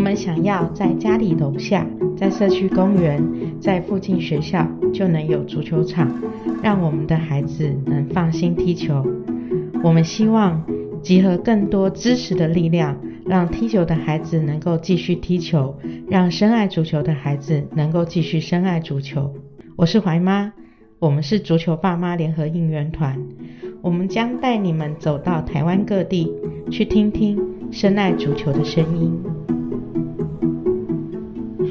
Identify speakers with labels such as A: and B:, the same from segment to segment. A: 们想要在家里楼下、在社区公园、在附近学校就能有足球场，让我们的孩子能放心踢球。我们希望集合更多支持的力量，让踢球的孩子能够继续踢球，让深爱足球的孩子能够继续深爱足球。我是怀妈，我们是足球爸妈联合应援团，我们将带你们走到台湾各地，去听听深爱足球的声音。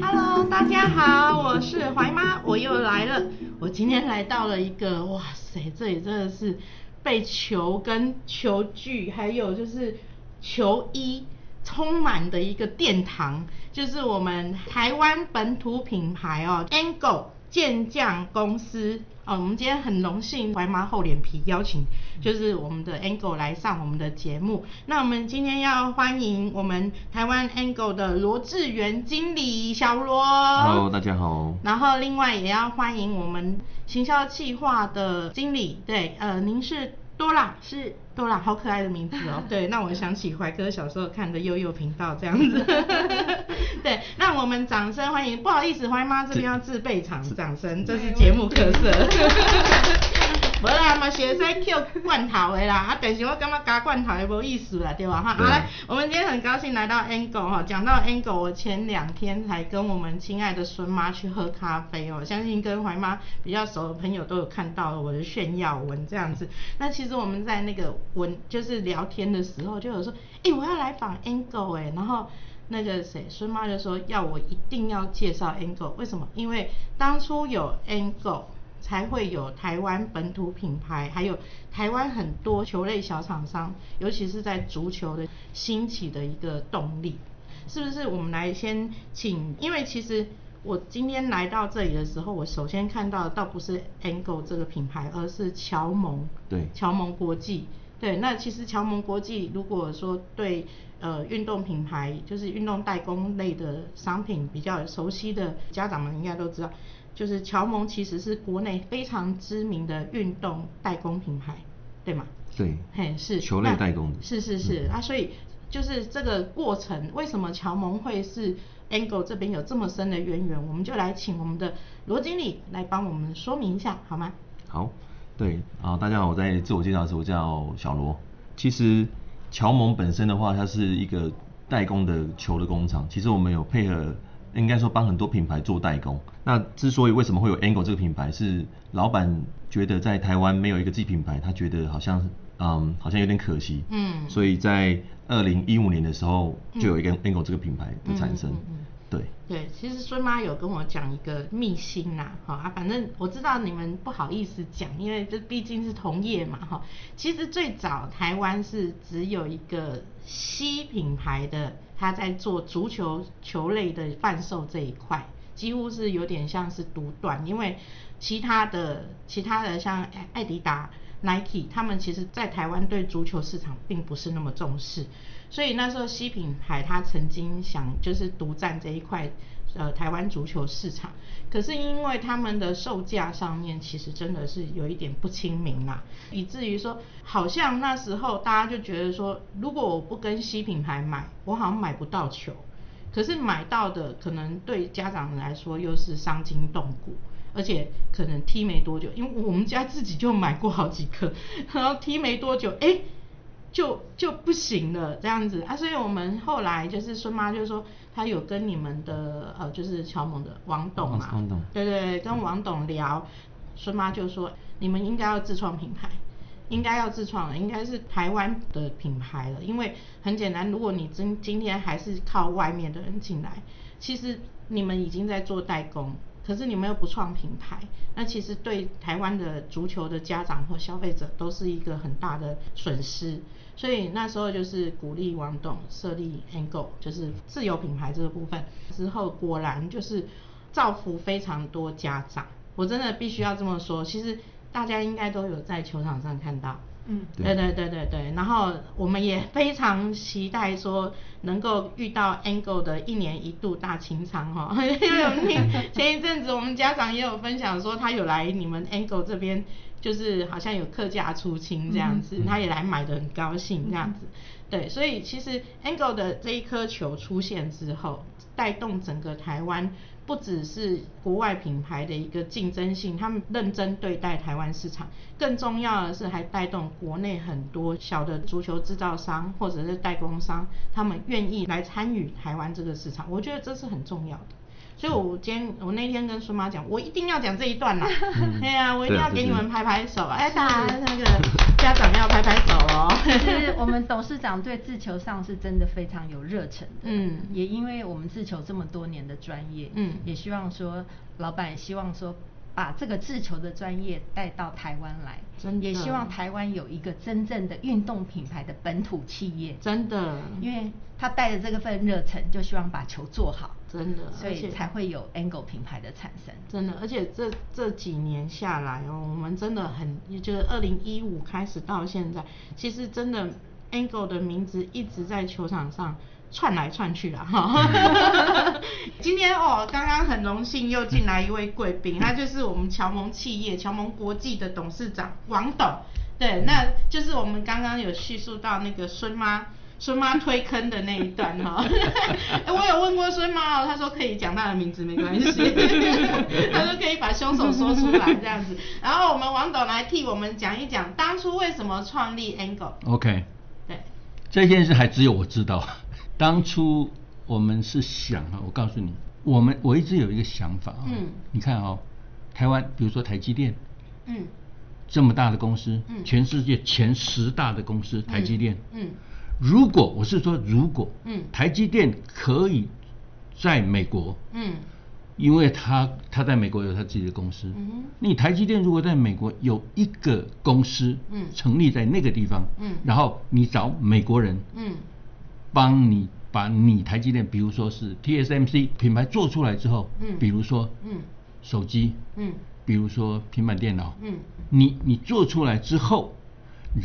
A: Hello，大家好，我是怀妈，我又来了。我今天来到了一个，哇塞，这里真的是被球跟球具，还有就是球衣充满的一个殿堂，就是我们台湾本土品牌哦，Angle 健将公司哦。我们今天很荣幸怀妈厚脸皮邀请，就是我们的 Angle 来上我们的节目。那我们今天要欢迎我们台湾 Angle 的罗志源经理小罗。
B: Hello，大家好。
A: 然后另外也要欢迎我们行销企划的经理，对，呃，您是多拉，是多拉，好可爱的名字哦。对，让我想起怀哥小时候看的悠悠频道这样子。对，让我们掌声欢迎。不好意思，怀妈这边要自备场掌声，这是节目特色。无啦，嘛是会使捡罐头的啦，啊，但是我感觉加罐头的无意思啦，对吧？哈，好
B: 对
A: 来，我们今天很高兴来到 Angle 哈，讲到 Angle，我前两天才跟我们亲爱的孙妈去喝咖啡哦，相信跟怀妈比较熟的朋友都有看到我的炫耀文这样子。那其实我们在那个文就是聊天的时候，就有说，诶、我要来访 Angle 哎、然后。那个谁，孙妈就说要我一定要介绍 Angle，为什么？因为当初有 Angle，才会有台湾本土品牌，还有台湾很多球类小厂商，尤其是在足球的兴起的一个动力，是不是？我们来先请，因为其实我今天来到这里的时候，我首先看到的倒不是 Angle 这个品牌，而是乔蒙，
B: 对
A: 乔蒙国际。对，那其实乔蒙国际如果说对呃运动品牌，就是运动代工类的商品比较熟悉的家长们应该都知道，就是乔蒙其实是国内非常知名的运动代工品牌，对吗？
B: 对，
A: 嘿，是
B: 球类
A: 那
B: 代工的嗯
A: 是是是、啊，所以就是这个过程，为什么乔蒙会是 Angle 这边有这么深的渊源？我们就来请我们的罗经理来帮我们说明一下，好吗？
B: 好，对啊，大家好，我在自我介绍的时候叫小罗。其实乔蒙本身的话，它是一个代工的球的工厂。其实我们有配合，应该说帮很多品牌做代工。那之所以为什么会有 Angle 这个品牌，是老板觉得在台湾没有一个自己品牌，他觉得好像嗯好像有点可惜，
A: 嗯
B: 所以在二零一五年的时候就有一个 Angle 这个品牌的产生，
A: 嗯嗯嗯嗯
B: 对。
A: 对，其实孙妈有跟我讲一个秘辛啦，哈、啊，反正我知道你们不好意思讲，因为这毕竟是同业嘛，哈、其实最早台湾是只有一个西品牌的，它在做足球球类的贩售这一块，几乎是有点像是独断，因为其他的其他的像艾艾迪达、Nike，他们其实在台湾对足球市场并不是那么重视，所以那时候西品牌它曾经想就是独占这一块呃台湾足球市场，可是因为他们的售价上面其实真的是有一点不亲民啦，以至于说好像那时候大家就觉得说，如果我不跟西品牌买，我好像买不到球。可是买到的可能对家长来说又是伤筋动骨，而且可能踢没多久，因为我们家自己就买过好几颗，然后踢没多久，哎、就就不行了这样子啊，所以我们后来就是孙妈就说，她有跟你们的呃就是乔某的王董嘛，
B: 王王董
A: 对对对，跟王董聊，孙妈就说你们应该要自创品牌，应该要自创了，应该是台湾的品牌了，因为很简单，如果你今今天还是靠外面的人进来，其实你们已经在做代工，可是你们又不创品牌，那其实对台湾的足球的家长或消费者都是一个很大的损失。所以那时候就是鼓励王董设立 Angle，就是自有品牌这个部分。之后果然就是造福非常多家长，我真的必须要这么说。其实大家应该都有在球场上看到，嗯，对对对对对，然后我们也非常期待说能够遇到 Angle 的一年一度大清仓哈， 因为我们听前一阵子我们家长也有分享说他有来你们 Angle 这边，就是好像有客价出清这样子，他也来买的很高兴这样子，对，所以其实 Angle 的这一颗球出现之后，带动整个台湾。不只是国外品牌的一个竞争性，他们认真对待台湾市场，更重要的是还带动国内很多小的足球制造商或者是代工商，他们愿意来参与台湾这个市场，我觉得这是很重要的。所以我今天我那天跟孙妈讲，我一定要讲这一段啦，对呀，我一定要给你们拍拍手，哎，大家那个家长要拍拍手哦。
C: 就是我们董事长对自球上是真的非常有热忱的，
A: 嗯
C: 也因为我们自球这么多年的专业，
A: 嗯
C: 也希望说老板也希望说把这个自球的专业带到台湾来，
A: 真的
C: 也希望台湾有一个真正的运动品牌的本土企业，
A: 真的
C: 因为他带着这个份热忱，就希望把球做好，
A: 真的
C: 所
A: 而且
C: 以才会有 Angle 品牌的产生。
A: 真的，而且这这几年下来哦，我们真的很，就是二零一五开始到现在，其实真的 Angle 的名字一直在球场上串来串去啦。 哈，今天哦，刚刚很荣幸又进来一位贵宾，他就是我们乔盟企业乔盟国际的董事长王董。对，那就是我们刚刚有叙述到那个孙妈。孙妈推坑的那一段哈、哎我有问过孙妈哦，她说可以讲她的名字没关系，她说可以把凶手说出来这样子。然后我们王董来替我们讲一讲当初为什么创立 Angle。
D: OK，
A: 对，
D: 这件事还只有我知道。 当初我们是想啊，我告诉你，我们我一直有一个想法啊、
A: 嗯
D: 你看哦，台湾比如说台积电
A: 嗯
D: 这么大的公司，
A: 嗯
D: 全世界前十大的公司，台积电，
A: 嗯
D: 如果我是说如果，
A: 嗯
D: 台积电可以在美国，
A: 嗯
D: 因为他他在美国有他自己的公司。
A: 嗯哼
D: 你台积电如果在美国有一个公司，
A: 嗯
D: 成立在那个地方，
A: 嗯
D: 然后你找美国人，
A: 嗯
D: 帮你把你台积电，比如说是 TSMC 品牌做出来之后，
A: 嗯
D: 比如说
A: 嗯
D: 手机，
A: 嗯
D: 比如说平板电脑，
A: 嗯
D: 你你做出来之后，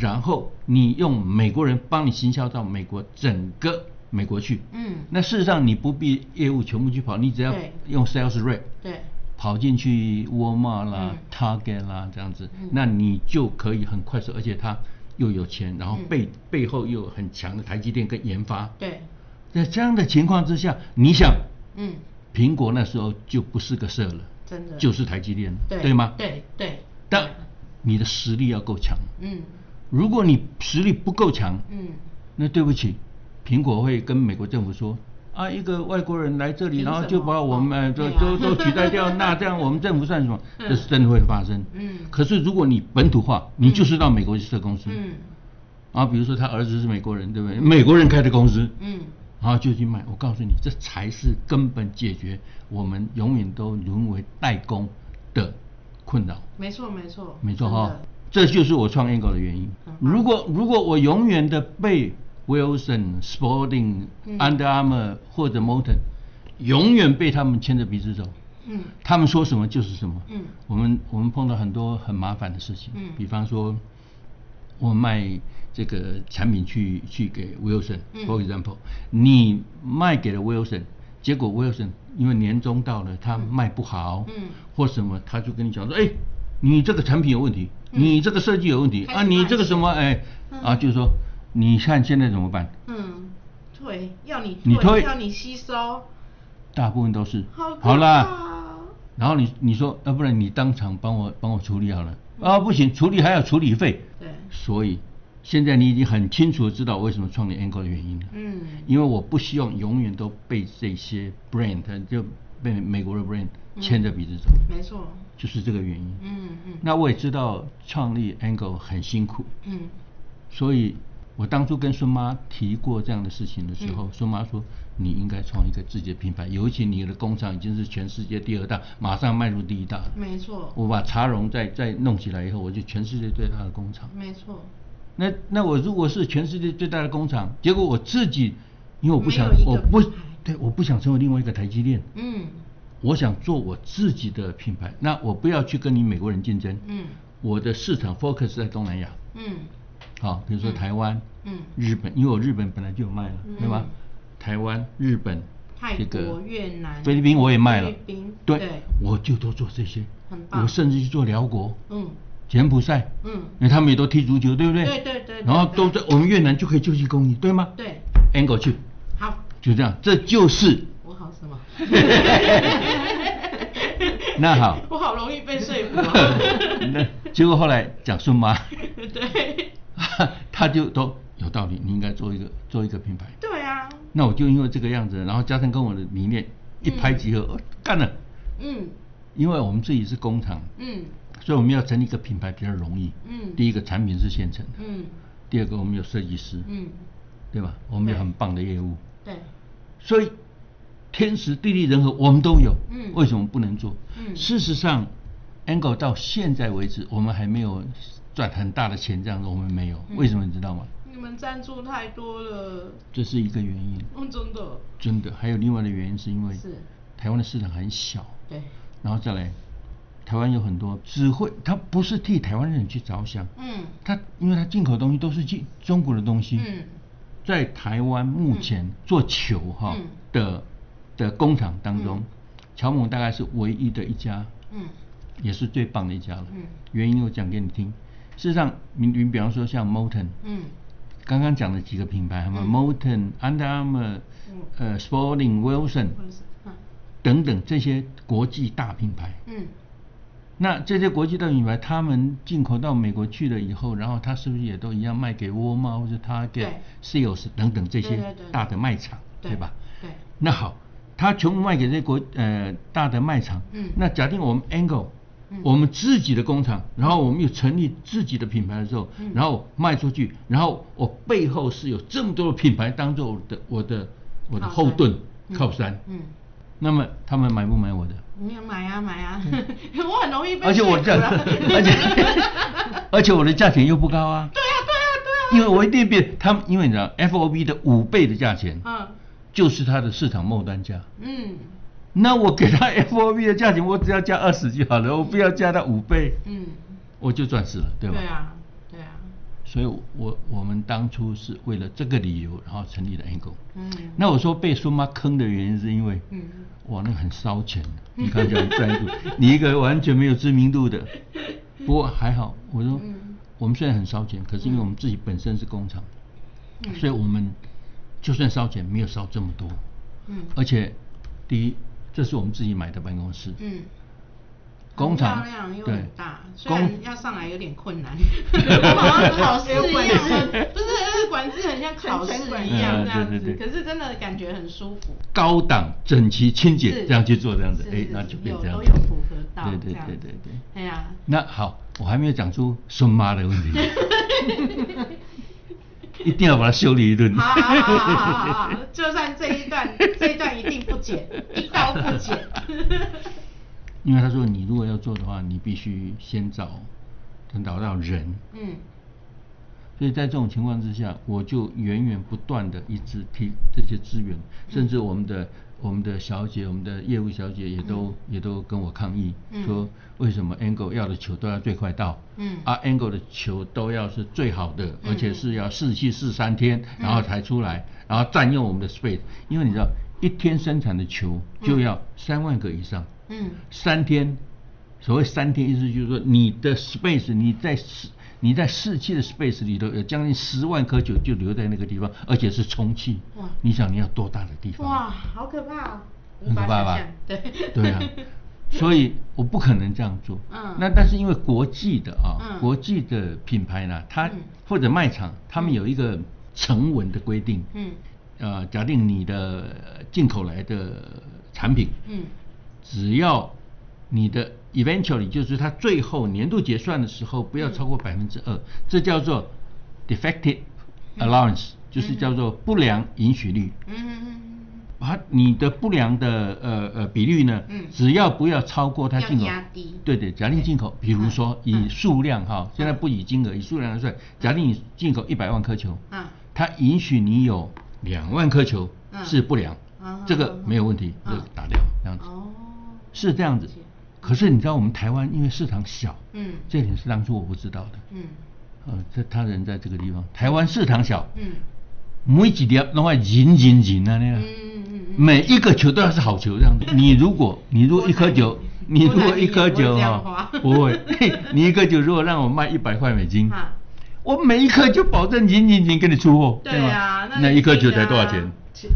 D: 然后你用美国人帮你行销到美国整个美国去，
A: 嗯，
D: 那事实上你不必业务全部去跑，你只要
A: 对
D: 用 sales rep
A: 对，
D: 跑进去沃尔玛啦
A: 嗯、
D: Target 啦这样子
A: 嗯，
D: 那你就可以很快速，而且它又有钱，然后
A: 嗯
D: 背背后又有很强的台积电跟研发，
A: 对，
D: 在这样的情况之下，你想，
A: 嗯，
D: 苹果那时候就不是个事了，
A: 真的
D: 就是台积电了，
A: 对
D: 吗？
A: 对对，
D: 但你的实力要够强，
A: 嗯
D: 如果你实力不够强，
A: 嗯
D: 那对不起，苹果会跟美国政府说。啊，一个外国人来这里，
A: 凭
D: 然后
A: 什
D: 就
A: 么
D: 把我们、呃
A: 哦
D: 都
A: 对啊
D: 都都取代掉，那 这样我们政府算什么？这是真的会发生。
A: 嗯
D: 可是如果你本土化，你就是到美国去设公司。
A: 嗯
D: 啊，比如说他儿子是美国人，对不对？美国人开的公司。
A: 嗯
D: 然后就去卖。我告诉你，这才是根本解决我们永远都沦为代工的困扰。
A: 没错没错，
D: 没错
A: 真
D: 哈、
A: 的嗯
D: 这就是我创业狗的原因
A: 很。棒
D: 如果如果我永远的被 Wilson、Sporting、
A: 嗯
D: Under Armour 或者 Moten，永远被他们牵着鼻子走，
A: 嗯
D: 他们说什么就是什么。
A: 嗯
D: 我们我们碰到很多很麻烦的事情，
A: 嗯
D: 比方说，我卖这个产品去去给 Wilson，for、
A: 嗯
D: example，你卖给了 Wilson，结果 Wilson 因为年终到了，他卖不好，
A: 嗯
D: 或什么，他就跟你讲说，哎、你这个产品有问题，
A: 嗯
D: 你这个设计有问题
A: 开始
D: 啊，你这个什么，
A: 卖
D: 哎、
A: 嗯
D: 啊，就是说，你看现在怎么办？
A: 嗯，退，要你
D: 你退
A: 要你吸收，
D: 大部分都是
A: 好可
D: 啦
A: 怕哦，
D: 然后你你说，啊要、不然你当场帮我帮我处理好了啊，不行，处理还要处理费，
A: 对，
D: 所以现在你已经很清楚的知道为什么创立 Angle 的原因了，
A: 嗯
D: 因为我不希望永远都被这些 brand 就被美国的 brand 牵着鼻子走，
A: 嗯没错，
D: 就是这个原因。
A: 嗯嗯
D: 那我也知道创立 Angle 很辛苦，
A: 嗯
D: 所以我当初跟孙妈提过这样的事情的时候，
A: 嗯
D: 孙妈说你应该创一个自己的品牌，尤其你的工厂已经是全世界第二大，马上迈入第一大了。
A: 没错
D: 我把茶荣再再弄起来以后，我就全世界最大的工厂。
A: 没错，
D: 那那我如果是全世界最大的工厂，结果我自己，因为我不想
A: 没有一，个
D: 我不
A: 品牌
D: 对，我不想成为另外一个台积电，
A: 嗯
D: 我想做我自己的品牌。那我不要去跟你美国人竞争，
A: 嗯
D: 我的市场 focus 在东南亚，
A: 嗯
D: 好、啊比如说
A: 嗯
D: 台湾、
A: 嗯
D: 日本，因为我日本本来就有卖了，对吧
A: 嗯？
D: 台湾、日本、
A: 泰
D: 这个
A: 国越南
D: 菲律宾我也卖了
A: 菲律宾，对
D: 对，我就都做这些
A: 很，棒
D: 我甚至去做辽国、
A: 嗯
D: 柬埔寨，
A: 嗯
D: 因为他们也都踢足球，对不对？
A: 对对对对
D: 然后都
A: 对
D: 在我们越南就可以救济公益，对吗？
A: 对
D: ，angle 去，
A: 好，
D: 就这样，这就是
A: 我好什么？
D: 那好
A: ，我好容易被说服、哦。
D: 那结果后来讲顺 妈，
A: 对
D: 他就都有道理，你应该做一个做一个品牌。
A: 对啊，
D: 那我就因为这个样子，然后加上跟我的理念一拍即合，哦干了。
A: 嗯
D: 因为我们自己是工厂，
A: 嗯
D: 所以我们要成立一个品牌比较容易。
A: 嗯
D: 第一个产品是现成的，
A: 嗯
D: 第二个我们有设计师，
A: 嗯，
D: 对吧？我们有
A: 对
D: 很棒的业务，
A: 对，
D: 所以天时地利人和我们都有，
A: 嗯
D: 为什么不能做？
A: 嗯
D: 事实上，Angle 到现在为止，我们还没有赚很大的钱，这样子我们没有，
A: 嗯
D: 为什么你知道吗？
A: 你们赞助太多了，
D: 这是一个原因，
A: 嗯，真的
D: 真的，还有另外的原因是因为
A: 是
D: 台湾的市场很小，
A: 对，
D: 然后再来，台湾有很多只会，他不是替台湾人去着想，
A: 嗯
D: 他因为他进口的东西都是进中国的东西，
A: 嗯
D: 在台湾目前做球哈、
A: 嗯
D: 的的工厂当中
A: 嗯，
D: 乔某大概是唯一的一家，
A: 嗯
D: 也是最棒的一家了。
A: 嗯
D: 原因我讲给你听。事实上，你你比方说像 Molten，
A: 嗯
D: 刚刚讲的几个品牌，什么
A: 嗯
D: Molten、Under Armour、
A: 嗯
D: 呃 Sporting、Wilson
A: 或者是嗯
D: 等等这些国际大品牌，
A: 嗯
D: 那这些国际大品牌，他们进口到美国去了以后，然后他是不是也都一样卖给沃尔玛或者他给
A: 对
D: Sales 等等这
A: 对
D: 些
A: 对对
D: 大的卖场，
A: 对
D: 吧？
A: 对
D: 那好，他全部卖给这些国呃大的卖场。
A: 嗯
D: 那假定我们 Angle，、
A: 嗯
D: 我们自己的工厂，然后我们又成立自己的品牌的时候，
A: 嗯
D: 然后卖出去，然后我背后是有这么多的品牌当做我的我的我的
A: 靠
D: 后盾
A: 嗯
D: 靠山。
A: 嗯。
D: 那么他们买不买我的？
A: 你也买啊买啊， 我很容易被
D: 嗯
A: 啊
D: 而且我
A: 说服
D: 这，
A: 了
D: 而且而且我的价钱又不高啊。
A: 对啊对啊对啊，
D: 因为我一定变他们，因为你知道 FOB 的五倍的价钱，
A: 嗯
D: 就是它的市场末端价。
A: 嗯
D: 那我给他 FOB 的价钱，我只要加二十就好了，我不要加到五倍，
A: 嗯，
D: 我就赚死了，对吧？
A: 啊对啊，
D: 所以我，我们当初是为了这个理由，然后成立了 Angle。
A: 嗯
D: 那我说被孙妈坑的原因，是因为，
A: 嗯
D: 哇，那个很烧钱，你看这样赞助， 你一个完全没有知名度的，不过还好，我说、
A: 嗯
D: 我们虽然很烧钱，可是因为我们自己本身是工厂，
A: 嗯
D: 所以我们就算烧钱，没有烧这么多，
A: 嗯
D: 而且第一，这是我们自己买的办公室，
A: 嗯。
D: 工厂
A: 很漂亮又
D: 对
A: 很大，虽
D: 工
A: 然要上来有点困难，我好像考试一
C: 管
A: 样
C: 制，
A: 不是那个管制很像考试
C: 层层管
A: 一样
D: 嗯
A: 这样
D: 对
A: 子
D: 对，对
A: 可是真的感觉很舒服。
D: 高档、整齐、清
A: 是
D: 洁，这样去做这样子
A: 是，
D: 哎
A: 是，
D: 那
A: 是
D: 就变
A: 有
D: 这样
A: 都
D: 子。
A: 有符合到
D: 对对
A: 这样
D: 对
A: 子
D: 对对。
A: 哎呀，
D: 那好，我还没有讲出孙妈的 问题，一定要把它修理一顿。
A: 好好好好好好，好，就算这一段这一段一定不剪，一刀不剪。
D: 因为他说你如果要做的话，你必须先找找到人，
A: 嗯
D: 所以在这种情况之下，我就源源不断的一直提这些资源，甚至我们的我们的小姐、我们的业务小姐也都、也都跟我抗议，
A: 嗯
D: 说为什么 Angle 要的球都要最快到，
A: 嗯
D: 啊 Angle 的球都要是最好的，而且
A: 嗯
D: 是要试去试三天，然后才出来，然后占用我们的 space，因为你知道一天生产的球就要三万个以上，
A: 嗯
D: 三天，所谓三天，意思就是说你的 space 你在市你在市区的 space 里头有将近十万颗球就留在那个地方，而且是充气
A: 哇。
D: 你想你要多大的地方？
A: 哇，好可怕哦，无
D: 很
A: 法
D: 可怕
A: 想
D: 吧
A: 象。对，
D: 对 啊，所以我不可能这样做。
A: 嗯
D: 那但是因为国际的啊，
A: 嗯
D: 国际的品牌呢，它、
A: 嗯
D: 或者卖场，他们有一个成文的规定。
A: 嗯
D: 呃，假定你的呃进口来的产品，
A: 嗯
D: 只要你的 eventually 就是它最后年度结算的时候不要超过百分之二，这叫做 defective allowance，、就是叫做不良允许率。
A: 嗯嗯
D: 啊，你的不良的呃呃比率呢？
A: 嗯
D: 只要不要超过它
A: 要
D: 进口
A: 压低，嗯
D: 对对，假定进口，比如说以数量哈，现在不以金额，以数量来算，假定你进口一百万颗球，
A: 嗯
D: 它允许你有两万颗球
A: 嗯
D: 是不良，
A: 嗯
D: 这个没有问题，
A: 嗯
D: 这个打掉这
A: 嗯
D: 样子。
A: 哦，
D: 是这样子
A: 了解。
D: 可是你知道我们台湾因为市场小，
A: 嗯
D: 这点是当初我不知道的。
A: 嗯
D: 呃，这他人在这个地方，台湾市场小，
A: 嗯
D: 每几条拢爱赢赢赢啊那
A: 嗯
D: 样，
A: 嗯嗯嗯，
D: 每一个球都要是好球这 样子。你如果你如果一颗球， 你如果一颗球哈，
A: 不
D: 不
A: 会
D: 会， 嘿你一颗球如果让我卖一百块美金，
A: 啊
D: 我每一颗就保证赢赢赢给你出货，
A: 对啊，
D: 吗？
A: 那
D: 那一颗球才多少 钱？
A: 其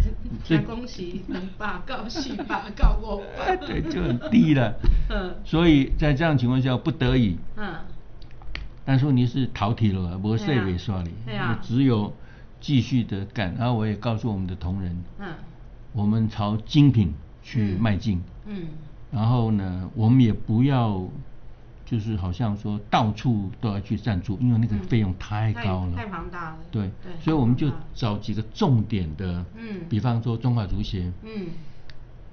D: 所以
A: 恭喜能把告戏吧，告我吧。
D: 哎 对，就很低了。
A: 嗯
D: 所以在这样情况下，不得已，
A: 嗯
D: 但是问题是淘体了啊，不是
A: 对啊
D: 被刷你，
A: 对啊
D: 我只有继续的干。然后我也告诉我们的同仁，
A: 嗯
D: 我们朝精品去
A: 嗯
D: 迈进，
A: 嗯
D: 然后呢，我们也不要就是好像说到处都要去赞助，因为那个
A: 嗯
D: 费用太
A: 太
D: 高了，
A: 太庞大了
D: 对，
A: 对
D: 所以我们
A: 太
D: 就
A: 庞大了
D: 找几个重点的，
A: 嗯
D: 比方说中华足协，
A: 嗯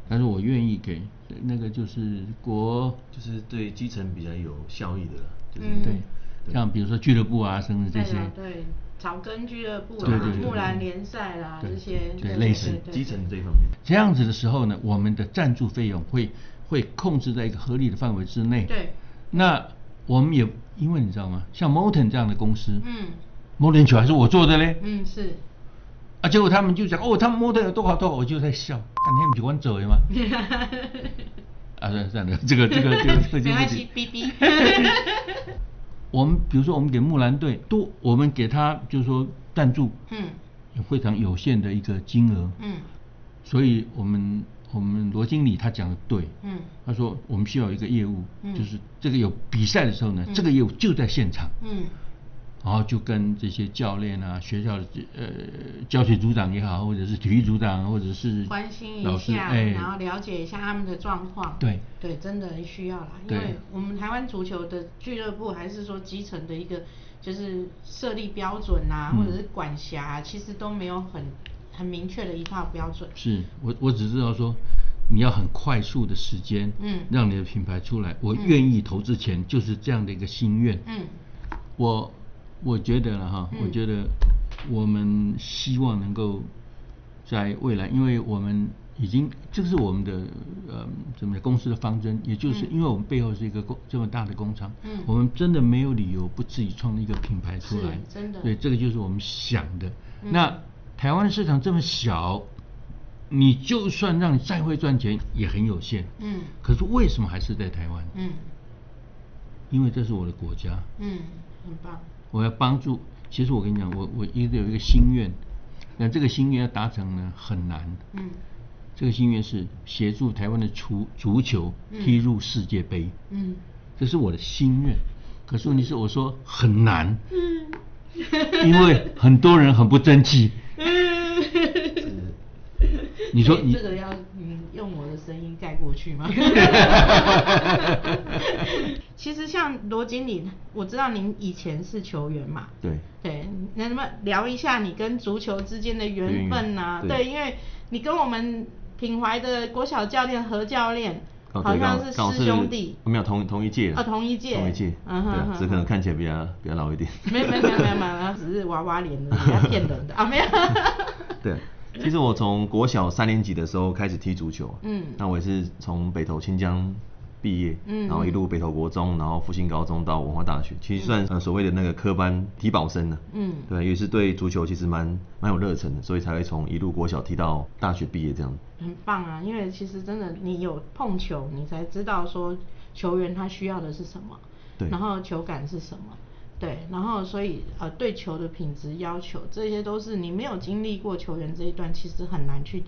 D: 但是我愿意给那个就是国
B: 就是对基层比较有效益的啦，就是
A: 嗯
D: 对，像比如说俱乐部啊，甚至这些
A: 对，啊对，草根俱乐部
D: 对
A: 啦
D: 对、对
A: 木兰联赛啦
D: 对
A: 这些，
D: 对类似
A: 对
B: 基层这一方面。
D: 这样子的时候呢，我们的赞助费用会会控制在一个合理的范围之内。
A: 对，
D: 那我们也因为你知道吗？像 Molten 这样的公司，
A: 嗯
D: ，Molten 球还是我做的嘞，
A: 嗯是，
D: 啊，结果他们就讲哦，他们 Molten 有多好多好，我就在笑，干天不就管走 的吗？啊，算了算了，这个这个 这个这个
A: 没
D: 就不
A: 关系
D: 提，
A: 哔哔。
D: 我们比如说我们给木兰队多，我们给他就是说赞助
A: 嗯
D: 非常有限的一个金额，
A: 嗯
D: 所以我们我们罗经理他讲的对，
A: 嗯
D: 他说我们需要有一个业务，
A: 嗯
D: 就是这个有比赛的时候呢，
A: 嗯
D: 这个业务就在现场，
A: 嗯
D: 然后就跟这些教练啊、学校的呃教学组长也好，或者是体育组长，或者是
A: 关心
D: 老
A: 一
D: 师，
A: 下，
D: 哎，
A: 然后了解一下他们的状况。
D: 对
A: 对，真的需要啦，因
D: 对
A: 为我们台湾足球的俱乐部还是说基层的一个就是设立标准啊，
D: 嗯
A: 或者是管辖啊、其实都没有很很明确的一套标准。
D: 是我我只知道说。你要很快速的时间，
A: 嗯
D: 让你的品牌出来。我愿意投资钱，就是这样的一个心愿。
A: 嗯
D: 我我觉得了哈，
A: 嗯
D: 我觉得我们希望能够在未来，因为我们已经这个是我们的呃怎么讲公司的方针，也就是
A: 嗯
D: 因为我们背后是一个工这么大的工厂，
A: 嗯
D: 我们真的没有理由不自己创立一个品牌出来，
A: 是真的
D: 对，这个就是我们想的。
A: 嗯
D: 那台湾的市场这么小。你就算让你再会赚钱，也很有限。
A: 嗯
D: 可是为什么还是在台湾？
A: 嗯
D: 因为这是我的国家。
A: 嗯，很棒。
D: 我要帮助。其实我跟你讲，我我一直有一个心愿，那这个心愿要达成呢很难。
A: 嗯
D: 这个心愿是协助台湾的足足球
A: 嗯
D: 踢入世界杯，
A: 嗯
D: 这是我的心愿。可是问题是，我说很难，
A: 嗯
D: 因为很多人很不争气。
A: 嗯。
D: 你说
A: 所以
D: 你
A: 这个要嗯用我的声音盖过去 吗？其实像罗经理，我知道您以前是球员嘛，
B: 对，
A: 对，那么聊一下你跟足球之间的缘分呐、
B: 渊源
A: 对，
B: 对
A: 因为你跟我们品怀的国小教练何教练
B: 哦
A: 好
B: 对
A: 像
B: 刚
A: 是
B: 刚好嗯
A: 师兄弟，
B: 没有同同一届啦
A: 哦同一届
B: 同一届，
A: 嗯哼
B: 对啊
A: 哼
B: 只可能
A: 哼
B: 看起来比较比 较老一点。
A: 没没没没没没，只是娃娃脸的，人家骗人的啊，没 有，
B: 对，啊其实我从国小三年级的时候开始踢足球，啊
A: 嗯
B: 那我也是从北投清江毕业，
A: 嗯
B: 然后一路北投国中，然后复兴高中到文化大学，其实算、呃所谓的那个科班体保生呢、
A: 嗯
B: 对，啊也是对足球其实蛮蛮有热忱的，所以才会从一路国小踢到大学毕业这样。
A: 很棒啊！因为其实真的，你有碰球，你才知道说球员他需要的是什么，
B: 对
A: 然后球感是什么，对，然后所以呃对球的品质要求，这些都是你没有经历过球员这一段，其实很难去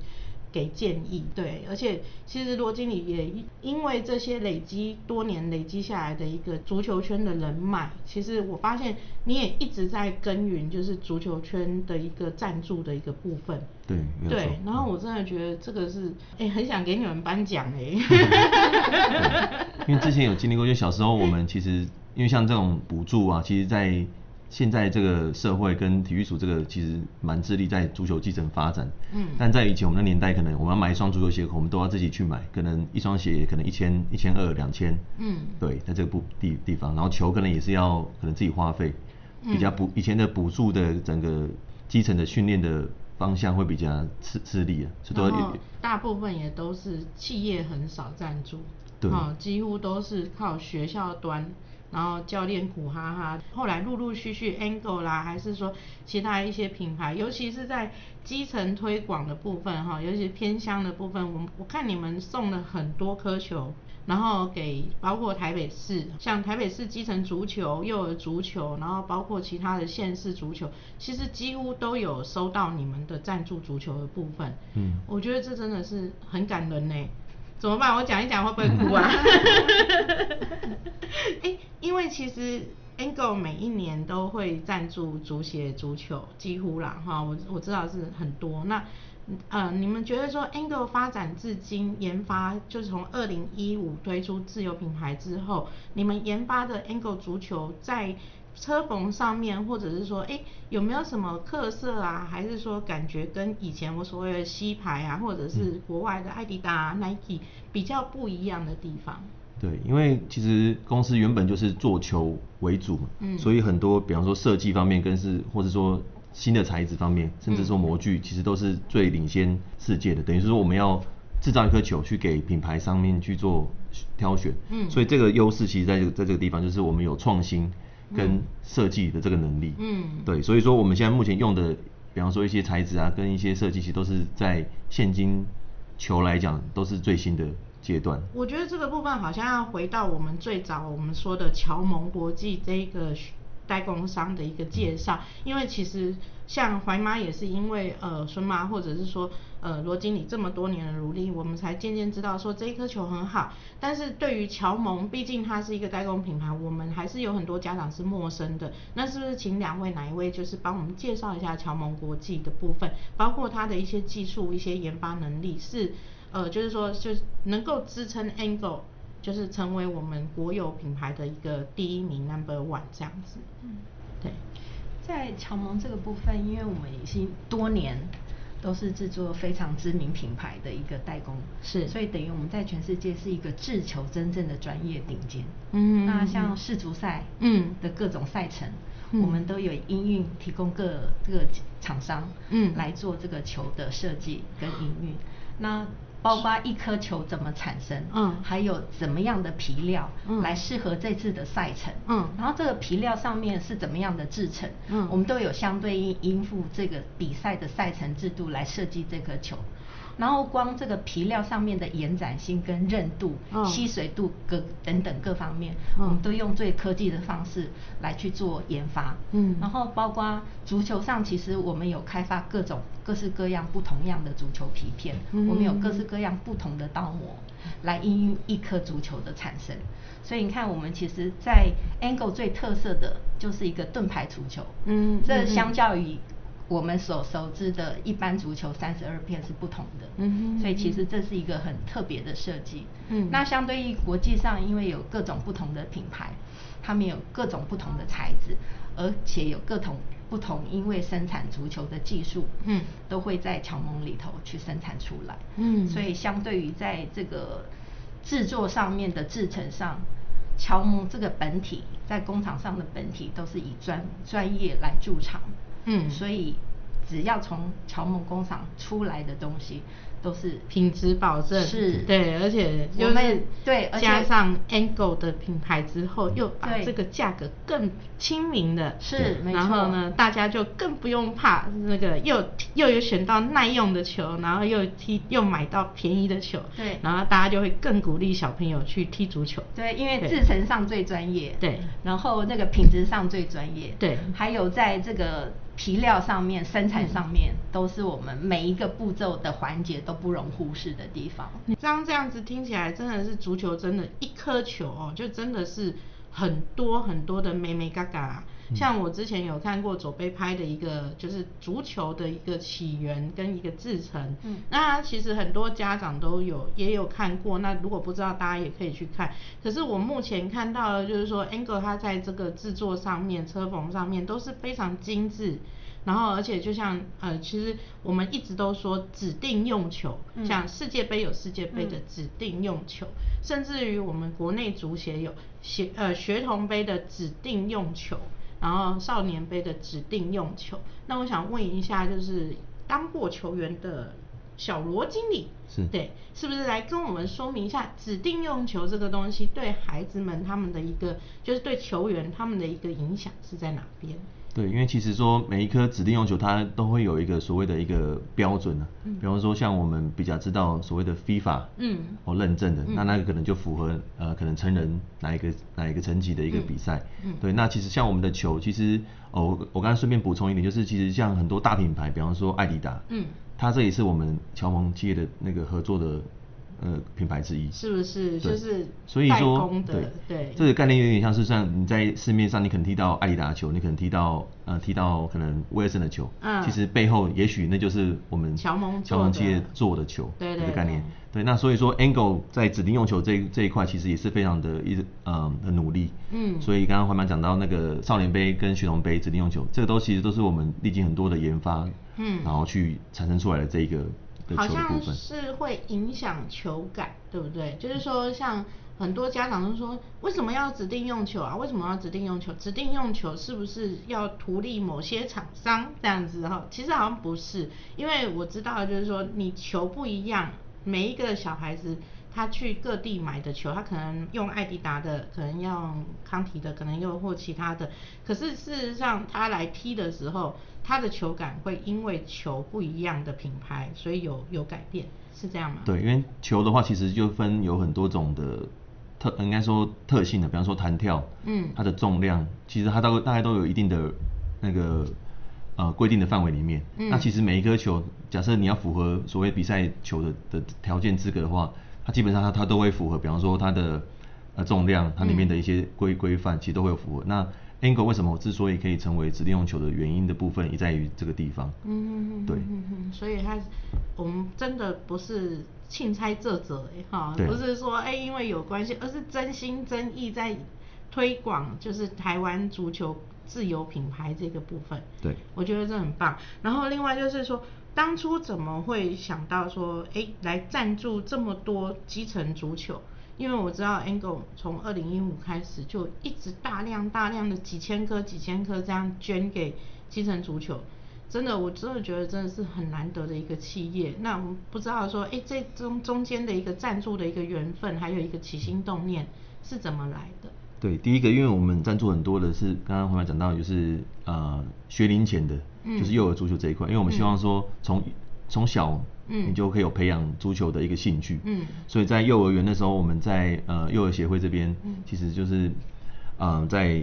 A: 给建议，对，而且其实罗经理也因为这些累积多年累积下来的一个足球圈的人脉，其实我发现你也一直在耕耘，就是足球圈的一个赞助的一个部分，
B: 对，没有错
A: 对，。然后我真的觉得这个是，哎、很想给你们颁奖哎。
B: 嗯因为之前有经历过，就小时候我们其实因为像这种补助啊，其实在现在这个社会跟体育署这个其实蛮致力在足球基层发展。
A: 嗯
B: 但在以前我们的年代，可能我们要买一双足球鞋，我们都要自己去买，可能一双鞋可能一千、一千二、两千。
A: 嗯
B: 对，在这个部地地方，然后球可能也是要可能自己花费，比
A: 嗯
B: 较补以前的补助的整个基层的训练的方向会比较吃吃力啊，所以都
A: 然
B: 要
A: 后大部分也都是企业很少赞助，
B: 对
A: 哦，几乎都是靠学校端然后教练苦哈哈，后来陆陆续续 Angle 啦，还是说其他一些品牌，尤其是在基层推广的部分哈，尤其是偏乡的部分，我们我看你们送了很多颗球，然后给包括台北市，像台北市基层足球、幼儿足球，然后包括其他的县市足球，其实几乎都有收到你们的赞助足球的部分。
B: 嗯
A: 我觉得这真的是很感人呢。怎么办？我讲一讲会不会哭啊？ 哎、因为其实 Angle 每一年都会赞助足协、足球，几乎啦哈，我我知道是很多。那呃，你们觉得说 Angle 发展至今，研发就是从二零一五推出自有品牌之后，你们研发的 Angle 足球在车缝上面，或者是说，哎，有没有什么特色啊？还是说感觉跟以前我所谓的西牌啊，或者是国外的艾迪达、Nike 啊比较不一样的地方？
B: 对，因为其实公司原本就是做球为主嘛，
A: 嗯
B: 所以很多比方说设计方面，跟是或者说新的材质方面，
A: 嗯
B: 甚至说模具，其实都是最领先世界的。等于是说我们要制造一颗球去给品牌上面去做挑选，
A: 嗯
B: 所以这个优势其实在这个在这个地方，就是我们有创新
A: 嗯
B: 跟设计的这个能力，
A: 嗯
B: 对，所以说我们现在目前用的，比方说一些材质啊，跟一些设计，其实都是在现今球来讲都是最新的阶段。
A: 我觉得这个部分好像要回到我们最早我们说的侨盟国际这一个代工商的一个介绍，因为其实像怀妈也是因为呃孙妈或者是说呃罗经理这么多年的努力，我们才渐渐知道说这一颗球很好。但是对于侨盟，毕竟它是一个代工品牌，我们还是有很多家长是陌生的。那是不是请两位哪一位就是帮我们介绍一下侨盟国际的部分，包括它的一些技术、一些研发能力是？呃，就是说，就是能够支撑 Angle，就是成为我们国有品牌的一个第一名 Number One 这样子。
C: 嗯
A: 对，
C: 在乔蒙这个部分，因为我们已经多年都是制作非常知名品牌的一个代工，
A: 是
C: 所以等于我们在全世界是一个制球真正的专业顶尖。
A: 嗯
C: 那像世足赛，
A: 嗯
C: 的各种赛程，
A: 嗯
C: 我们都有营运提供各各厂商，
A: 嗯
C: 来做这个球的设计跟营运。那包括一颗球怎么产生，
A: 嗯
C: 还有怎么样的皮料，
A: 嗯
C: 来适合这次的赛程，
A: 嗯
C: 然后这个皮料上面是怎么样的制成，
A: 嗯
C: 我们都有相对应应付这个比赛的赛程制度来设计这颗球，然后光这个皮料上面的延展性跟韧度、
A: 嗯
C: 吸水度各等等各方面，
A: 嗯
C: 我们都用最科技的方式来去做研发，
A: 嗯
C: 然后包括足球上，其实我们有开发各种各式各样不同样的足球皮片，
A: 嗯
C: 我们有各式各样不同的刀模来应用一颗足球的产生。所以你看，我们其实，在 Angle 最特色的就是一个盾牌足球，
A: 嗯
C: 这
A: 嗯
C: 相较于我们所熟知的一般足球三十二片是不同的，
A: 嗯哼
C: 所以其实这是一个很特别的设计。
A: 嗯
C: 那相对于国际上，因为有各种不同的品牌，他们有各种不同的材质，而且有各种不同，因为生产足球的技术，
A: 嗯
C: 都会在乔盟里头去生产出来，
A: 嗯
C: 所以相对于在这个制作上面的制成上。乔盟这个本体在工厂上的本体都是以专专业来驻场，
A: 嗯
C: 所以只要从乔盟工厂出来的东西，都是
A: 品质保证
C: 是
A: 对，而且就
C: 我
A: 是
C: 们对，而且
A: 加上 Angle 的品牌之后，又把
C: 对
A: 这个价格更亲民的，
C: 是没
A: 然后
C: 错
A: 呢，大家就更不用怕那个又又有选到耐用的球，然后又踢又买到便宜的球，
C: 对
A: 然后大家就会更鼓励小朋友去踢足球，
C: 对，因为
A: 对
C: 制成上最专业，
A: 对
C: 然后那个品质上最专业，
A: 对
C: 还有在这个皮料上面、生产上面，都是我们每一个步骤的环节都不容忽视的地方。
A: 你刚这样子听起来，真的是足球，真的，一颗球哦，就真的是很多很多的美美嘎嘎、啊。
C: 嗯
A: 像我之前有看过左贝拍的一个，就是足球的一个起源跟一个制成。
C: 嗯
A: 那其实很多家长都有也有看过，那如果不知道，大家也可以去看。可是我目前看到的就是说，Angle 它在这个制作上面、车缝上面都是非常精致。然后，而且就像呃，其实我们一直都说指定用球，
C: 嗯
A: 像世界杯有世界杯的
C: 嗯
A: 指定用球，甚至于我们国内足协有协呃学童杯的指定用球，然后少年杯的指定用球。那我想问一下，就是当过球员的小罗经理，
B: 是
A: 对，是不是来跟我们说明一下指定用球这个东西对孩子们他们的一个，就是对球员他们的一个影响是在哪边？
B: 对，因为其实说每一颗指定用球，它都会有一个所谓的一个标准呢、啊。比方说像我们比较知道所谓的 FIFA，
A: 嗯，
B: 哦认证的，那
A: 嗯
B: 那个可能就符合呃可能成人哪一个哪一个层级的一个比赛。
A: 嗯嗯
B: 对，那其实像我们的球，其实哦我我刚才顺便补充一点，就是其实像很多大品牌，比方说艾迪达，
A: 嗯，
B: 它这也是我们乔盟企业的那个合作的呃品牌之一。
A: 是不是？
B: 对
A: 就是
B: 所以
A: 代
B: 说
A: 工，的，对，
B: 这个概念有点像是像你在市面上，你可能踢到艾迪达的球，你可能踢到呃踢到可能威尔森的球，
A: 嗯
B: 其实背后也许那就是我们
A: 乔蒙
B: 乔
A: 做
B: 蒙
A: 的
B: 企业做的球，
A: 对
B: 这
A: 对
B: 个概念
A: 对。
B: 对，那所以说 Angle 在指定用球这一这一块其实也是非常的一直嗯很努力，
A: 嗯
B: 所以刚刚环蛮讲到那个少年杯跟学童杯指定用球，这个都其实都是我们历经很多的研发，
A: 嗯
B: 然后去产生出来的这一个的
A: 好
B: 球的部
A: 像
B: 分。
A: 是会影响球感，对不对？就是说，像很多家长都说，为什么要指定用球啊？为什么要指定用球？指定用球是不是要图利某些厂商这样子哈？其实好像不是，因为我知道的就是说，你球不一样，每一个小孩子。他去各地买的球，他可能用艾迪达的，可能用康体的，可能又或其他的。可是事实上，他来踢的时候，他的球感会因为球不一样的品牌，所以有有改变，是这样吗？
B: 对，因为球的话，其实就分有很多种的特，应该说特性的，比方说弹跳，
A: 嗯
B: 它的重量，其实它都大概都有一定的那个呃规定的范围里面。
A: 嗯
B: 那其实每一颗球，假设你要符合所谓比赛球的的条件资格的话，它基本上它它都会符合，比方说它的呃重量，它里面的一些规规范，其实都会有符合。那 Angle 为什么之所以可以成为指定用球的原因的部分，也在于这个地方。
A: 嗯，
B: 对
A: 嗯嗯嗯所以他我们真的不是钦差这者哎哈，
B: 对
A: 不是说哎、因为有关系，而是真心真意在推广，就是台湾足球自由品牌这个部分。
B: 对
A: 我觉得这很棒。然后另外就是说，当初怎么会想到说，哎，来赞助这么多基层足球？因为我知道 Angle 从二零一五开始就一直大量大量的几千颗几千颗这样捐给基层足球，真的我真的觉得真的是很难得的一个企业。那我们不知道说，哎，这中中间的一个赞助的一个缘分，还有一个起心动念是怎么来的？
B: 对，第一个，因为我们赞助很多的是刚刚黄妈讲到，就是呃学龄前的，
A: 嗯
B: 就是幼儿足球这一块，因为我们希望说从从小，
A: 嗯
B: 你就可以有培养足球的一个兴趣，
A: 嗯
B: 所以在幼儿园的时候，我们在呃幼儿协会这边，
A: 嗯
B: 其实就是呃在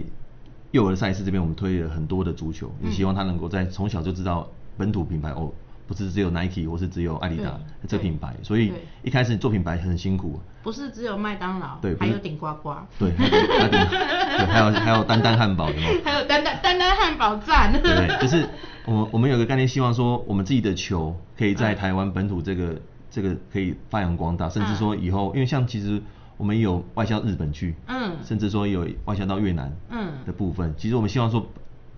B: 幼儿赛事这边，我们推了很多的足球，也
A: 嗯
B: 希望他能够在从小就知道本土品牌哦，不是只有 Nike 或是只有艾迪达
A: 对
B: 这
A: 对
B: 品牌，所以
A: 对
B: 一开始做品牌很辛苦啊、
A: 不是只有麦当劳，
B: 对不
A: 还
B: 是
A: 有顶呱呱。
B: 对，还有还有对，还有还有丹丹汉堡，有没有？
A: 还有丹丹丹丹汉堡 站，
B: 对不对？就是我们我们有个概念，希望说我们自己的球可以
A: 嗯
B: 在台湾本土这个、这个可以发扬光大，甚至说以后，因为像其实我们也有外销日本去，
A: 嗯
B: 甚至说也有外销到越南，
A: 嗯
B: 的部分，其实我们希望说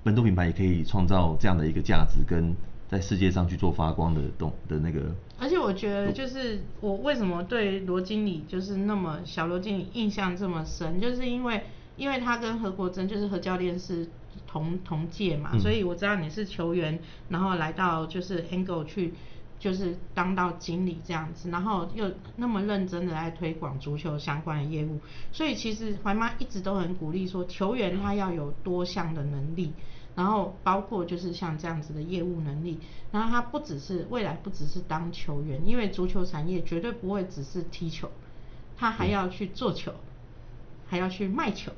B: 本土品牌也可以创造这样的一个价值，跟在世界上去做发光的动的那个，
A: 而且我觉得，就是我为什么对罗经理就是那么小罗经理印象这么深，就是因为因为他跟何国珍就是何教练是同同届嘛，
B: 嗯
A: 所以我知道你是球员，然后来到就是 Angle 去就是当到经理这样子，然后又那么认真的来推广足球相关的业务，所以其实怀妈一直都很鼓励说，球员他要有多项的能力。然后包括就是像这样子的业务能力，然后他不只是未来不只是当球员，因为足球产业绝对不会只是踢球，他还要去做球，还要去卖球，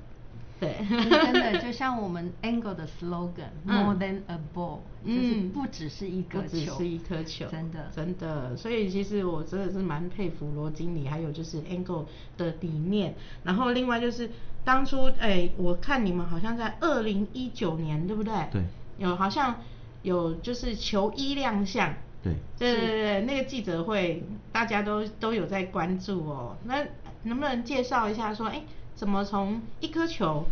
A: 对，
C: 真的就像我们 Angle 的 slogan、
A: 嗯
C: More than a ball，、就是
A: 嗯
C: 不只是一
A: 不
C: 个球，
A: 只是一颗球，
C: 真的
A: 真的。所以其实我真的是蛮佩服罗经理，还有就是 Angle 的理念。然后另外就是当初，哎、我看你们好像在二零一九年，对不对？
B: 对
A: 有好像有就是球衣亮相。
B: 对
A: 对对对对，那个记者会大家都都有在关注哦。那能不能介绍一下说，哎，怎么从一颗球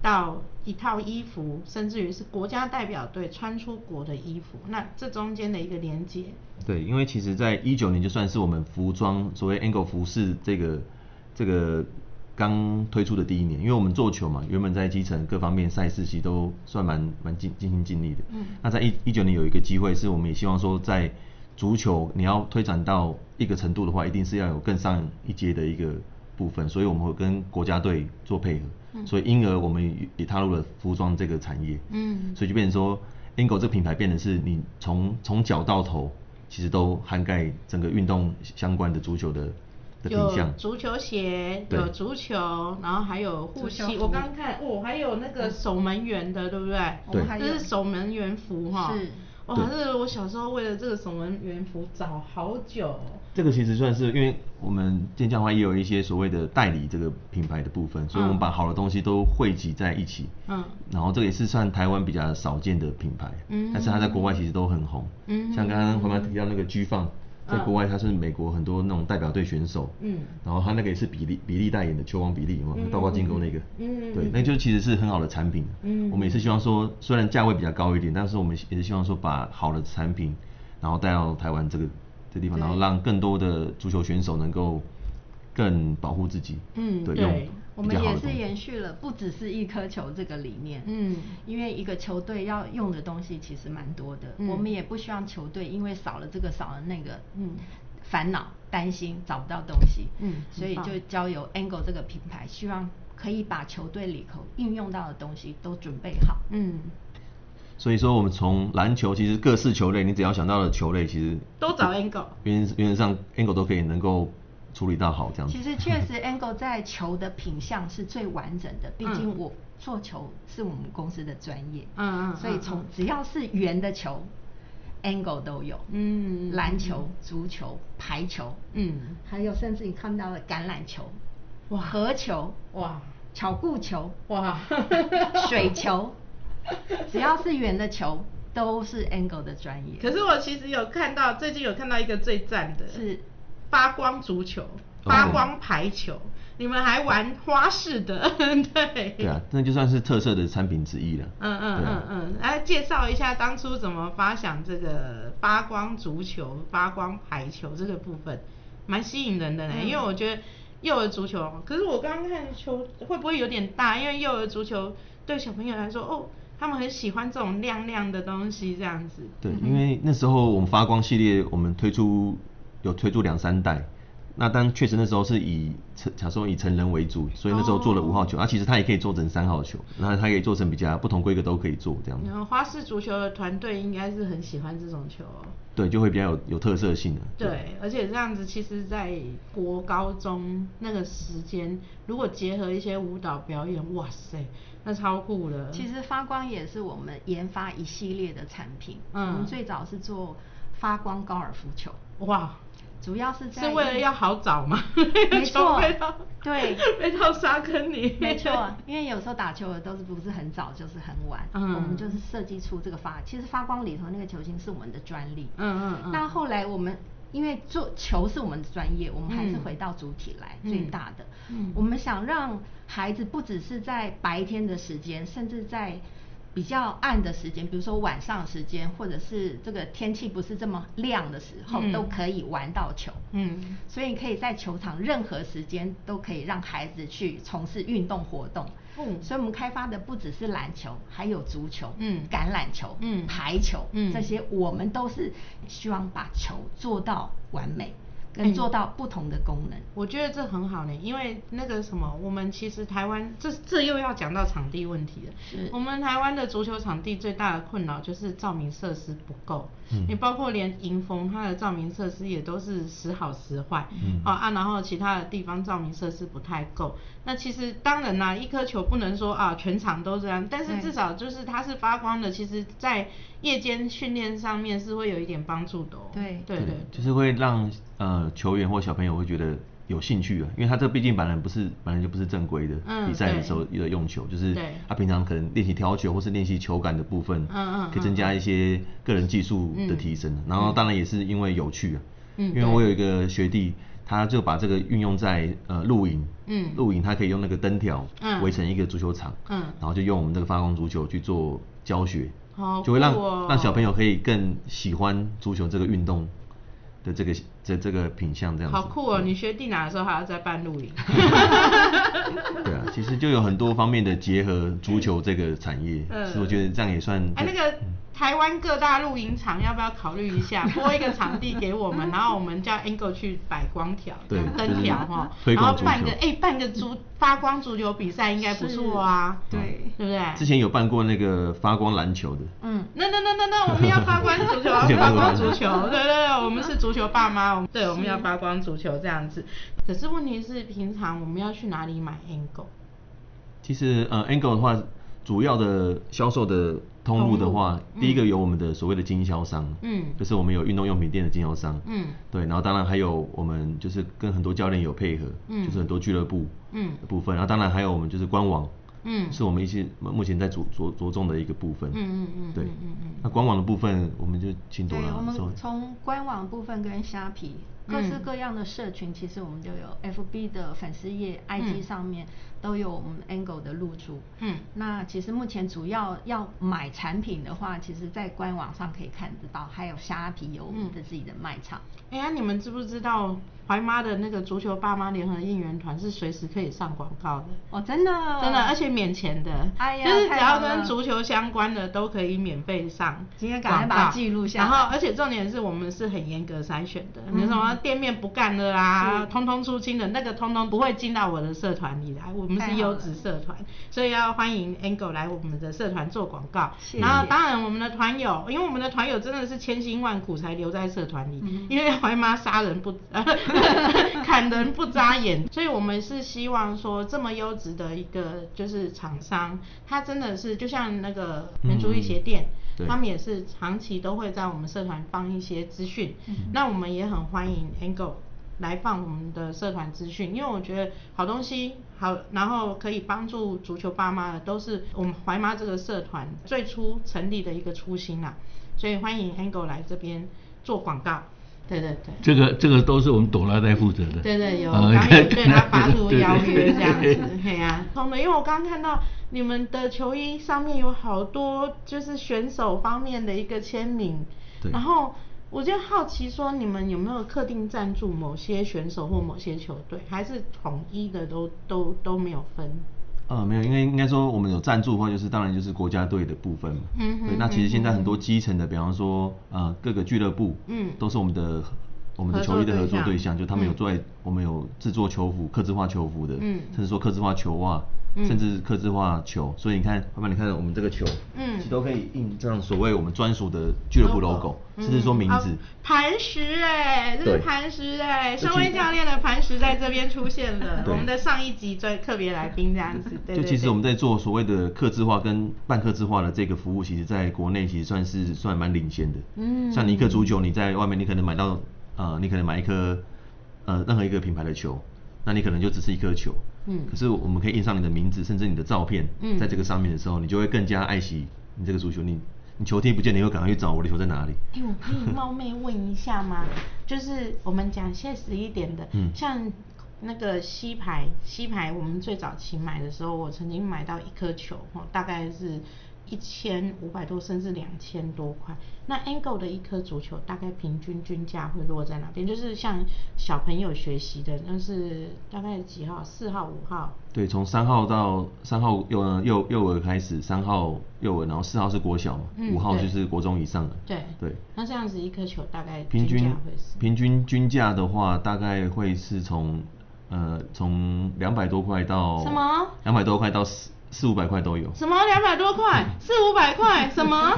A: 到一套衣服，甚至于是国家代表队穿出国的衣服，那这中间的一个连接？
B: 对，因为其实，在一九年就算是我们服装所谓 Angle 服饰这个这个刚推出的第一年，因为我们做球嘛，原本在基层各方面赛事其实都算蛮蛮尽尽心尽力的。
A: 嗯
B: 那在一一九年有一个机会，是我们也希望说在足球你要推展到一个程度的话，一定是要有更上一阶的一个部分，所以我们会跟国家队做配合，所以因而我们也踏入了服装这个产业，
A: 嗯
B: 所以就变成说 a n g o 这个品牌变成是你从从脚到头，其实都涵盖整个运动相关的足球的的品
A: 有
B: 项，
A: 足球鞋，
B: 对
A: 有足球，然后还有护
C: 足球
A: 膝。
C: 服
A: 我刚刚看，哦，还有那个守门员的，对不对？
C: 我们哦还有
A: 这是守门员服哈。
C: 是
A: 哇，
B: 对
A: 这个我小时候为了这个守门员服找好久哦。
B: 这个其实算是，因为我们健将的话也有一些所谓的代理这个品牌的部分，所以我们把好的东西都汇集在一起。
A: 嗯
B: 然后这个也是算台湾比较少见的品牌，
A: 嗯
B: 但是它在国外其实都很红。
A: 嗯
B: 像刚刚黄妈提到那个 G 放，在国外它是美国很多那种代表队选手。
A: 嗯
B: 然后它那个也是比利比利代言的球王比利，有没有？倒挂金钩那个。
A: 嗯嗯嗯
B: 对，那就其实是很好的产品。
A: 嗯
B: 我们也是希望说，虽然价位比较高一点，但是我们也是希望说把好的产品，然后带到台湾这个这地方，然后让更多的足球选手能够更保护自己。
A: 嗯
B: 对，
A: 对
C: 我
B: 用比
C: 们
B: 较好
C: 也
B: 的东
C: 是
B: 西。
C: 延续了不只是一颗球这个理念，
A: 嗯
C: 因为一个球队要用的东西其实蛮多的，
A: 嗯
C: 我们也不希望球队因为少了这个少了那个，
A: 嗯，
C: 烦恼担心找不到东西，
A: 嗯
C: 所以
A: 很棒
C: 就交由 Angle 这个品牌，希望可以把球队里头应用到的东西都准备好，
A: 嗯，
B: 所以说，我们从篮球，其实各式球类，你只要想到的球类，其实
A: 都找 angle。
B: 原原则上 angle 都可以能够处理到好这样子。
C: 其实确实 Angle 在球的品相是最完整的，毕竟我做球是我们公司的专业，
A: 嗯嗯嗯嗯
C: 所以从
A: 嗯
C: 只要是圆的球，Angle 都有，
A: 嗯
C: 篮球、足球、排球，
A: 嗯，
C: 还有甚至你看到了橄榄球，
A: 哇
C: 合球，
A: 哇
C: 巧固球，
A: 哇
C: 水球，只要是圆的球都是 Angle 的专业，
A: 可是我其实有看到，最近有看到一个最赞的，
C: 是
A: 发光足球、发光排球，你们还玩花式的， 对。
B: 对啊，那就算是特色的产品之一了。
A: 嗯嗯嗯
B: 对啊
A: 嗯，来介绍一下当初怎么发想这个发光足球、发光排球这个部分，蛮吸引人的呢。因为我觉得幼儿足球，可是我刚刚看球会不会有点大？因为幼儿足球对小朋友来说，哦，他们很喜欢这种亮亮的东西，这样子。
B: 对，因为那时候我们发光系列，我们推出有推出两三代，那当然确实那时候是以成假说以成人为主，所以那时候做了五号球，那、其实它也可以做成三号球，然后它可以做成比较不同规格都可以做这样子
A: 然，后花式足球的团队应该是很喜欢这种球哦、
B: 对，就会比较有有特色性的。
A: 对，而且这样子，其实，在国高中那个时间，如果结合一些舞蹈表演，哇塞，那超酷了。
C: 其实发光也是我们研发一系列的产品，
A: 嗯
C: 我们最早是做发光高尔夫球，
A: 哇，
C: 主要是在
A: 是为了要好找嘛，
C: 没错
A: 被到，
C: 对
A: 被到沙坑里，
C: 没错，因为有时候打球的都是不是很早就是很晚，
A: 嗯
C: 我们就是设计出这个发，其实发光里头那个球星是我们的专利，
A: 嗯嗯嗯
C: 那后来我们。因为做球是我们的专业，我们还是
A: 嗯
C: 回到主体来、
A: 嗯
C: 最大的。
A: 嗯
C: 我们想让孩子不只是在白天的时间，甚至在比较暗的时间，比如说晚上的时间，或者是这个天气不是这么亮的时候，
A: 嗯
C: 都可以玩到球。
A: 嗯
C: 所以你可以在球场任何时间都可以让孩子去从事运动活动。
A: 嗯
C: 所以我们开发的不只是篮球，还有足球、
A: 嗯
C: 橄榄球、
A: 嗯
C: 排球，
A: 嗯
C: 这些我们都是希望把球做到完美，
A: 嗯
C: 跟做到不同的功能。
A: 我觉得这很好呢，因为那个什么，我们其实台湾这这又要讲到场地问题了
C: 是。
A: 我们台湾的足球场地最大的困扰就是照明设施不够，
B: 嗯
A: 你包括连迎风它的照明设施也都是时好时坏，
B: 嗯
A: 哦啊，然后其他的地方照明设施不太够。那其实当然啦，一颗球不能说啊全场都这样，但是
C: 对
A: 至少就是它是发光的，其实在夜间训练上面是会有一点帮助的哦。
C: 对
A: 对对，
B: 就是会让呃球员或小朋友会觉得有兴趣啊，因为他这毕竟本来不是本来就不是正规的
A: 嗯
B: 比赛
A: 对
B: 的时候的用球，就是
A: 对
B: 他平常可能练习挑球或是练习球感的部分，
A: 嗯嗯
B: 可以增加一些个人技术的提升啊、然后当然也是因为有趣啊，
A: 嗯
B: 因为我有一个学弟，他就把这个运用在呃露营，
A: 嗯
B: 露营他可以用那个灯条
A: 嗯
B: 围成一个足球场，
A: 嗯
B: 然后就用我们这个发光足球去做教学，
A: 好
B: 就会让、
A: 酷哦
B: 让小朋友可以更喜欢足球这个运动。的这个这这个品相这样子。嗯
A: 好酷哦！你学地哪的时候还要再办 露营，
B: 对啊，其实就有很多方面的结合足球这个产业，
A: 嗯
B: 所以我觉得这样也算。
A: 哎，那个台湾各大露营场要不要考虑一 下，拨一个场地给我们，然后我们叫 Angle 去摆光条、
B: 对
A: 灯条哈，
B: 就是推
A: 然
B: 广
A: 后
B: 足球
A: 办个哎办个足发光足球比赛应该不错啊，
C: 是对
A: 对不对？
B: 之前有办过那个发光篮球的，
C: 嗯，
A: 那那那那那，我们要发光足球，啊
B: 之前
A: 发
B: 发光
A: 光
B: 足
A: 足
B: 球
A: 球，对对对，我们是足球爸妈，我们对我们要发光足球这样子。可是问题是，平常我们要去哪里买 angle？
B: 其实呃，Angle 的话，主要的销售的通路的话，
A: 通路
B: 第一个有我们的所谓的经销商，
A: 嗯
B: 就是我们有运动用品店的经销商，
A: 嗯
B: 对，然后当然还有我们就是跟很多教练有配合，
A: 嗯
B: 就是很多俱乐部
A: 嗯
B: 的部分，然后当然还有我们就是官网，
A: 嗯，
B: 是我们一些目前在着着着重的一个部分，
A: 嗯嗯嗯，
B: 对
A: 嗯，嗯嗯
B: 那官网的部分我们就请朵
C: 对，
B: 拉
C: 我们
B: 说，
C: 从官网部分跟虾皮
A: 嗯
C: 各式各样的社群，其实我们都有 FB 的粉丝页、
A: 嗯
C: IG 上面都有我们 Angle 的露出。
A: 嗯
C: 那其实目前主要要买产品的话，其实在官网上可以看得到，还有虾皮有我
A: 嗯
C: 们的自己的卖场。
A: 哎、呀，你们知不知道怀妈的那个足球爸妈联合应援团是随时可以上广告的？
C: 哦，真的，
A: 真的，而且免钱的，
C: 哎呀
A: 就是只
C: 太
A: 要
C: 好了
A: 跟足球相关的都可以免费上。
C: 今天赶快把它记录下来嗯
A: 然后，而且重点是我们是很严格筛选的，你什么店面不干的啦，通通出清的，那个通通不会进到我的社团里来，我们
C: 太
A: 是
C: 好
A: 优
C: 了
A: 质社团，所以要欢迎 Angle 来我们的社团做广告。
C: 谢
A: 然后
C: 谢
A: 当然我们的团友，因为我们的团友真的是千辛万苦才留在社团里，因为怀妈杀人不 砍人不眨眼，所以我们是希望说这么优质的一个就是厂商，他真的是就像那个民族义协店。
B: 对
A: 他们也是长期都会在我们社团放一些资讯，那我们也很欢迎 Angle 来放我们的社团资讯，因为我觉得好东西好，然后可以帮助足球爸妈的，都是我们怀妈这个社团最初成立的一个初心啦、所以欢迎 Angle 来这边做广告，对对对。
D: 这个这个都是我们朵拉在负责的。
A: 对
B: 嗯
A: 对，有，
D: 呃
A: 刚刚有对他发出邀约这样。
D: 对对
A: 子，嘿呀、啊，通的，因为我刚刚看到你们的球衣上面有好多就是选手方面的一个签名，
B: 对
A: 然后我就好奇说你们有没有特定赞助某些选手或某些球队，还是统一的都都都没有分？
B: 呃，没有，因为应该说我们有赞助的话，就是当然就是国家队的部分嘛。
A: 嗯哼
B: 对，那其实现在很多基层的，比方说呃各个俱乐部，
A: 嗯
B: 都是我们的我们的球衣的
A: 合
B: 合
A: 作
B: 作
A: 对
B: 对
A: 象
B: 象，就他们有
A: 嗯
B: 做，我们有制作球服、刻字化球服的，
A: 嗯
B: 甚至说刻字化球袜，
A: 嗯
B: 甚至刻字化球。所以你看，老板，你看我们这个球，
A: 嗯
B: 其实都可以印上所谓我们专属的俱乐部 logo，甚至说名字
A: 哦。磐石哎、这是
B: 对
A: 磐石哎、
B: 就
A: 身为
B: 其
A: 教练的磐石在这边出现了，
B: 对
A: 我们的上一集专特别来宾这样 子，对对
B: 就其实
A: 对
B: 我们在做所谓的客制化跟半客制化的这个服务，其实在国内其实算是算蛮领先的。
A: 嗯
B: 像尼克足球，你在外面你可能买到呃，你可能买一颗呃任何一个品牌的球，那你可能就只是一颗球。
A: 嗯
B: 可是我们可以印上你的名字，甚至你的照片，
A: 嗯
B: 在这个上面的时候，你就会更加爱惜你这个足球。你你球踢不见，你会赶快去找我的球在哪里。
A: 哎、我可以冒昧问一下吗？就是我们讲现实一点的，
B: 嗯
A: 像那个西牌，西牌我们最早期买的时候，我曾经买到一颗球，哦，大概是一千五百多，甚至两千多块。那 Angle 的一颗足球大概平均均价会落在哪边？就是像小朋友学习的，那是大概几号？四号、五号？
B: 对，从三号到三号幼呃幼幼儿开始，三号幼儿，然后四号是国小嘛，
A: 嗯
B: 五、号
A: 对
B: 就是国中以上的。
A: 对
B: 对。
A: 那这样子一颗球大概
B: 平
A: 均
B: 均
A: 价会是？
B: 平均均价的话，大概会是从呃从两百多块到
A: 什么
B: 两百多块到四四五百块都有。
A: 什么两百多块？四五百块？什么？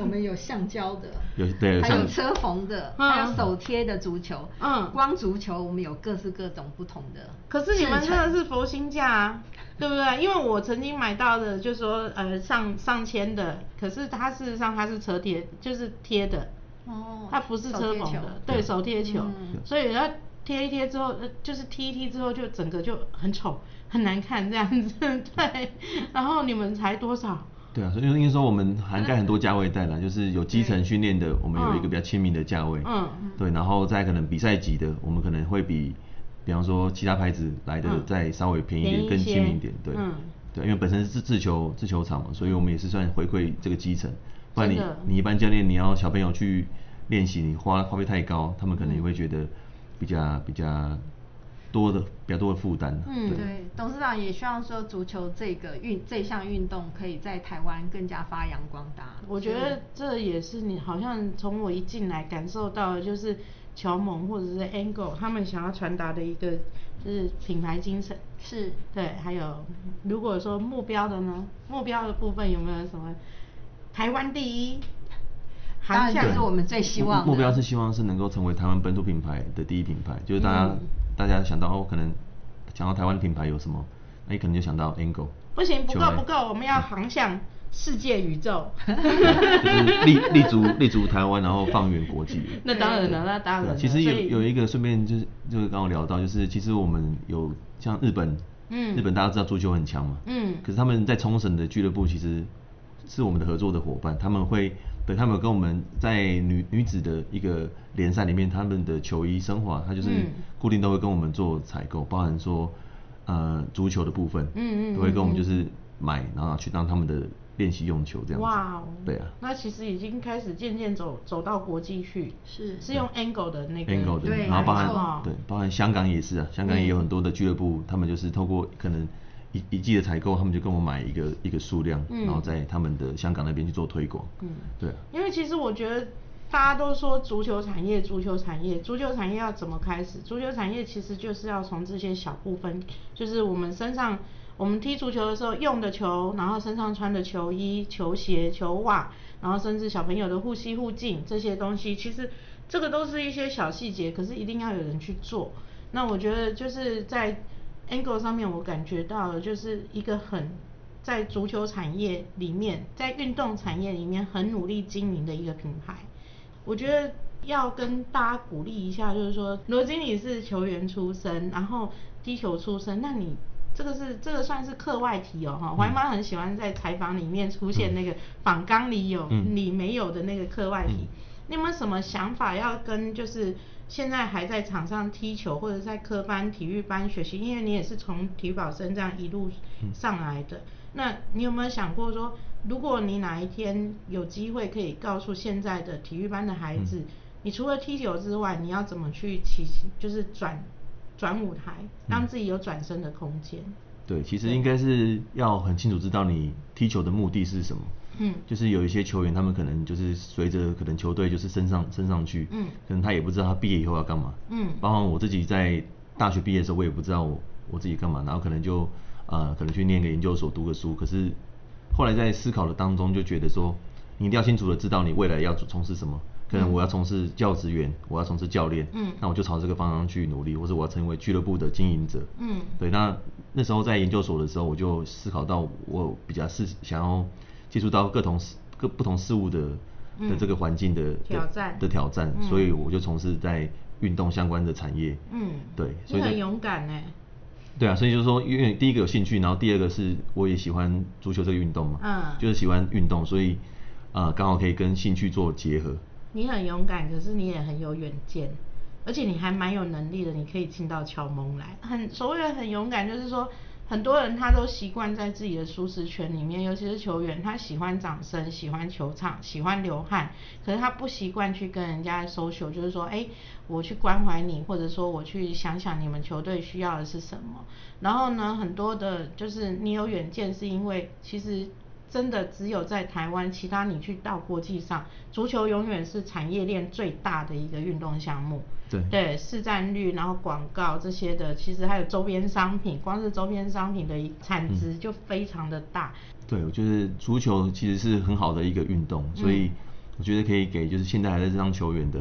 C: 我们有橡胶的，
B: 有对有
C: 还有
B: 像
C: 车缝的，
A: 嗯
C: 还有手贴的足球，
A: 嗯
C: 光足球我们有各式各种不同的。
A: 可是你们真的是佛心价啊，对不对？因为我曾经买到的，就说呃上上千的，可是它事实上它是车贴，就是贴的，
C: 哦
A: 它不是车缝的，对手贴球，
C: 嗯
A: 所以它贴一贴之后，呃就是踢一踢之后就整个就很丑，很难看这样子， 对。然后你们才多少？
B: 对啊，所以应该说我们涵盖很多价位带啦，就是有基层训练的，我们有一个比较亲民的价位，
A: 嗯，
B: 对，然后再可能比赛级的，我们可能会比，比方说其他牌子来的
A: 嗯
B: 再稍微便宜一
A: 便宜
B: 点，
A: 一
B: 更
A: 些
B: 亲民一点，对，
A: 嗯
B: 对，因为本身是自自球自球场嘛，所以我们也是算回馈这个基层，不然你
A: 真的
B: 你一般教练你要小朋友去练习，你花花费太高，他们可能也会觉得比较比较多的比较多的负担啊。
A: 嗯
C: 对，董事长也希望说足球这个运这项运动可以在台湾更加发扬光大。
A: 我觉得这也是你好像从我一进来感受到的，就是乔蒙或者是 Angle 他们想要传达的一个就是品牌精神。
C: 是
A: 对，还有如果说目标的呢，目标的部分有没有什么台湾第一？
C: 当然
A: 航向
C: 这是我们最希望的
B: 目目标是希望是能够成为台湾本土品牌的第一品牌，就是大家、
C: 嗯
B: 大家想到哦，可能想到台湾的品牌有什么，那你可能就想到 Angle，
A: 不行，不
B: 就
A: 够
B: 来
A: 不够，我们要航向世界宇 宙。
B: 就是立立足立足台湾，然后放远国际。
A: 那当然了，那当然
B: 对啊
A: 了。
B: 其
A: 所
B: 实
A: 以
B: 有有一个顺便就是就是刚好聊到，就是其实我们有像日本，
A: 嗯
B: 日本大家知道足球很强嘛，
A: 嗯
B: 可是他们在冲绳的俱乐部其实是我们的合作的伙伴，他们会对他们有跟我们在女女子的一个联赛里面，他们的球衣升华，它就是
A: 嗯
B: 固定都会跟我们做采购，包含说呃足球的部分，
A: 嗯嗯
B: 都会跟我
A: 嗯
B: 们
A: 嗯
B: 就是买，然后去当他们的练习用球这样子，
A: 哇哦，
B: 对啊，
A: 那其实已经开始渐渐走走到国际去，
C: 是
A: 是用 angle 的那个
B: angle 的，
C: 对
B: 然后包
C: 没
A: 错
B: 含对，包含香港也是啊，香港也有很多的俱乐部，他们就是透过可能一一季的采购，他们就跟我买一个一个数量，
A: 嗯
B: 然后在他们的香港那边去做推广。
A: 嗯
B: 对啊，
A: 因为其实我觉得大家都说足球产业，足球产业，足球产业要怎么开始？足球产业其实就是要从这些小部分，就是我们身上，我们踢足球的时候用的球，然后身上穿的球衣、球鞋、球袜，然后甚至小朋友的护膝护镜这些东西，其实这个都是一些小细节，可是一定要有人去做。那我觉得就是在 Angle 上面，我感觉到的就是一个很在足球产业里面，在运动产业里面很努力经营的一个品牌。我觉得要跟大家鼓励一下，就是说罗经理是球员出身，然后踢球出身，那你。这个是这个算是课外题哦，哈，怀妈很喜欢在采访里面出现那个访纲里有、
B: 嗯
A: 你没有的那个课外题。你有没有什么想法要跟就是现在还在场上踢球或者在科班、体育班学习？因为你也是从体育保生这样一路
B: 嗯
A: 上来的，那你有没有想过说，如果你哪一天有机会可以告诉现在的体育班的孩
B: 嗯
A: 子，你除了踢球之外，你要怎么去起，就是转转舞台，
B: 嗯
A: 让自己有转身的空间？
B: 对，其实应该是要很清楚知道你踢球的目的是什么。
A: 嗯
B: 就是有一些球员，他们可能就是随着可能球队就是升上升上去，
A: 嗯
B: 可能他也不知道他毕业以后要干嘛，
A: 嗯
B: 包括我自己在大学毕业的时候，我也不知道我我自己干嘛，然后可能就呃可能去念个研究所读个书，可是后来在思考的当中就觉得说，你一定要清楚的知道你未来要从事什么，可能我要从事教职员，我要从事教练，
A: 嗯
B: 那我就朝这个方向去努力，或者我要成为俱乐部的经营者，
A: 嗯
B: 对，那那时候在研究所的时候，我就思考到我比较是想要接触到各同事各不同事物的的这个环境的、的
A: 嗯挑战
B: 的挑战，
A: 嗯
B: 所以我就从事在运动相关的产业。
A: 嗯，
B: 对，
A: 你
B: 所以
A: 很
B: 就
A: 勇敢欸呢、
B: 对啊，所以就是说，因为第一个有兴趣，然后第二个是我也喜欢足球这个运动嘛，
A: 嗯
B: 就是喜欢运动，所以呃刚好可以跟兴趣做结合。
A: 你很勇敢，可是你也很有远见，而且你还蛮有能力的，你可以进到乔蒙来。很所谓的很勇敢，就是说很多人他都习惯在自己的舒适圈里面，尤其是球员，他喜欢掌声，喜欢球场，喜欢流汗，可是他不习惯去跟人家 social，就是说，哎、我去关怀你，或者说我去想想你们球队需要的是什么。然后呢，很多的就是你有远见，是因为其实真的只有在台湾，其他你去到国际上，足球永远是产业链最大的一个运动项目。
B: 对
A: 对，市占率，然后广告这些的，其实还有周边商品，光是周边商品的一产值就非常的大。
B: 对，我觉得足球其实是很好的一个运动，
A: 嗯
B: 所以我觉得可以给就是现在还在这当球员的，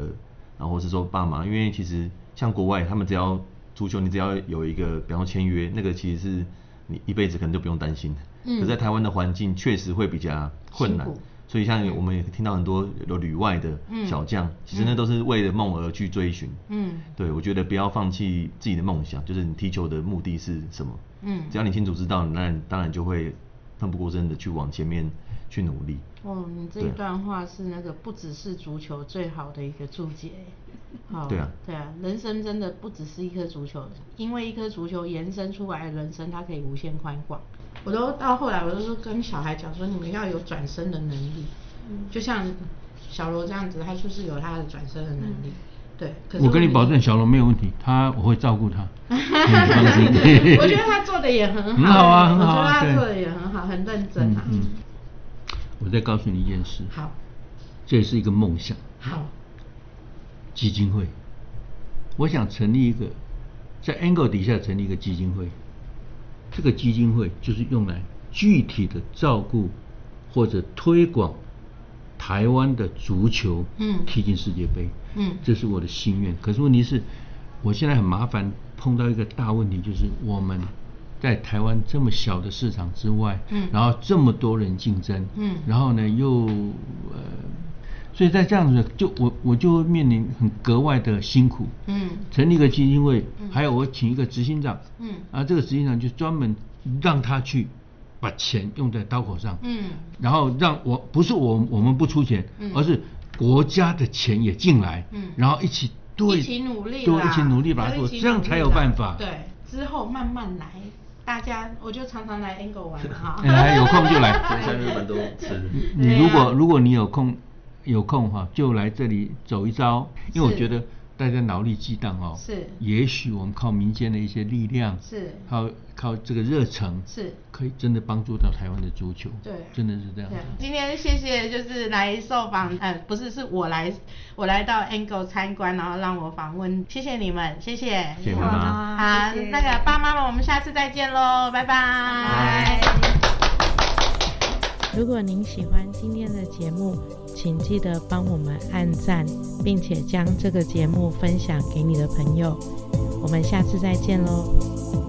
B: 然后是说爸妈，因为其实像国外他们只要足球，你只要有一个，比方说签约，那个其实是你一辈子可能就不用担心。
A: 嗯
B: 可在台湾的环境确实会比较困难
A: 辛苦，
B: 所以像我们也听到很多有旅外的
A: 嗯
B: 小将，其实那都是为了梦而去追寻。
A: 嗯
B: 对，我觉得不要放弃自己的梦想，就是你踢球的目的是什么。
A: 嗯
B: 只要你清楚知道，那你当然就会奋不顾身的去往前面去努力。
A: 哦，你这一段话是那个不只是足球最好的一个注解。好，
B: 对啊
A: 对啊，人生真的不只是一颗足球，因为一颗足球延伸出来的人生，它可以无限宽广。我都到后来，我都是跟小孩讲说，你们要有转身的能力。就像小罗这样子，他就是有他的转身的能力。对，可是
D: 我跟你
A: 们
D: 保证， 小龙没有问题，他我会照顾他。嗯
A: 我觉得他做的也很好，
D: 很好啊
A: 我
D: 很好啊
A: 觉得他
D: 对
A: 做的也很好，很认 真啊。
D: 嗯我再告诉你一件事，
A: 好，
D: 这也是一个梦想，
A: 好，
D: 基金会。我想成立一个，在 Angle 底下成立一个基金会，这个基金会就是用来具体的照顾或者推广台湾的足球，
A: 嗯
D: 踢进世界杯，
A: 嗯
D: 这是我的心愿。可是问题是，我现在很麻烦，碰到一个大问题，就是我们在台湾这么小的市场之外，
A: 嗯
D: 然后这么多人竞争，
A: 嗯
D: 然后呢又呃，所以在这样子，就我我就会面临很格外的辛苦，
A: 嗯
D: 成立一个基金会，
A: 嗯
D: 还有我请一个执行长，
A: 嗯
D: 啊，这个执行长就专门让他去把钱用在刀口上，
A: 嗯
D: 然后让我不是我我们不出钱，
A: 嗯
D: 而是国家的钱也进来，
A: 嗯
D: 然后一起对
A: 一起努力
D: 对，
A: 啦
D: 一起努力把它
A: 要
D: 做，
A: 一起
D: 这样
A: 努力
D: 才有
A: 啦
D: 办法。
A: 对，之后慢慢来，大家我就常常来 Angle 玩嘛哈。
D: 来哎有空就来
B: 真香日本都吃。
D: 你
A: 对
D: 你如果、
A: 啊
D: 如果你有空有空哈、就来这里走一遭，因为我
A: 是
D: 觉得大家脑力激荡哦，
A: 是
D: 也许我们靠民间的一些力量，
A: 是
D: 靠靠这个热忱，
A: 是
D: 可以真的帮助到台湾的足球，
A: 对
D: 真的是这样子
A: 对。，啊今天谢谢，就是来受访，呃，不是，是我来，我来到 Angle 参观，然后让我访问，谢谢你们，谢谢，
D: 谢谢妈妈
A: 好，
C: 谢谢
A: 那个爸妈们，我们下次再见喽，拜拜。如果您喜欢今天的节目，请记得帮我们按赞，并且将这个节目分享给你的朋友。我们下次再见喽。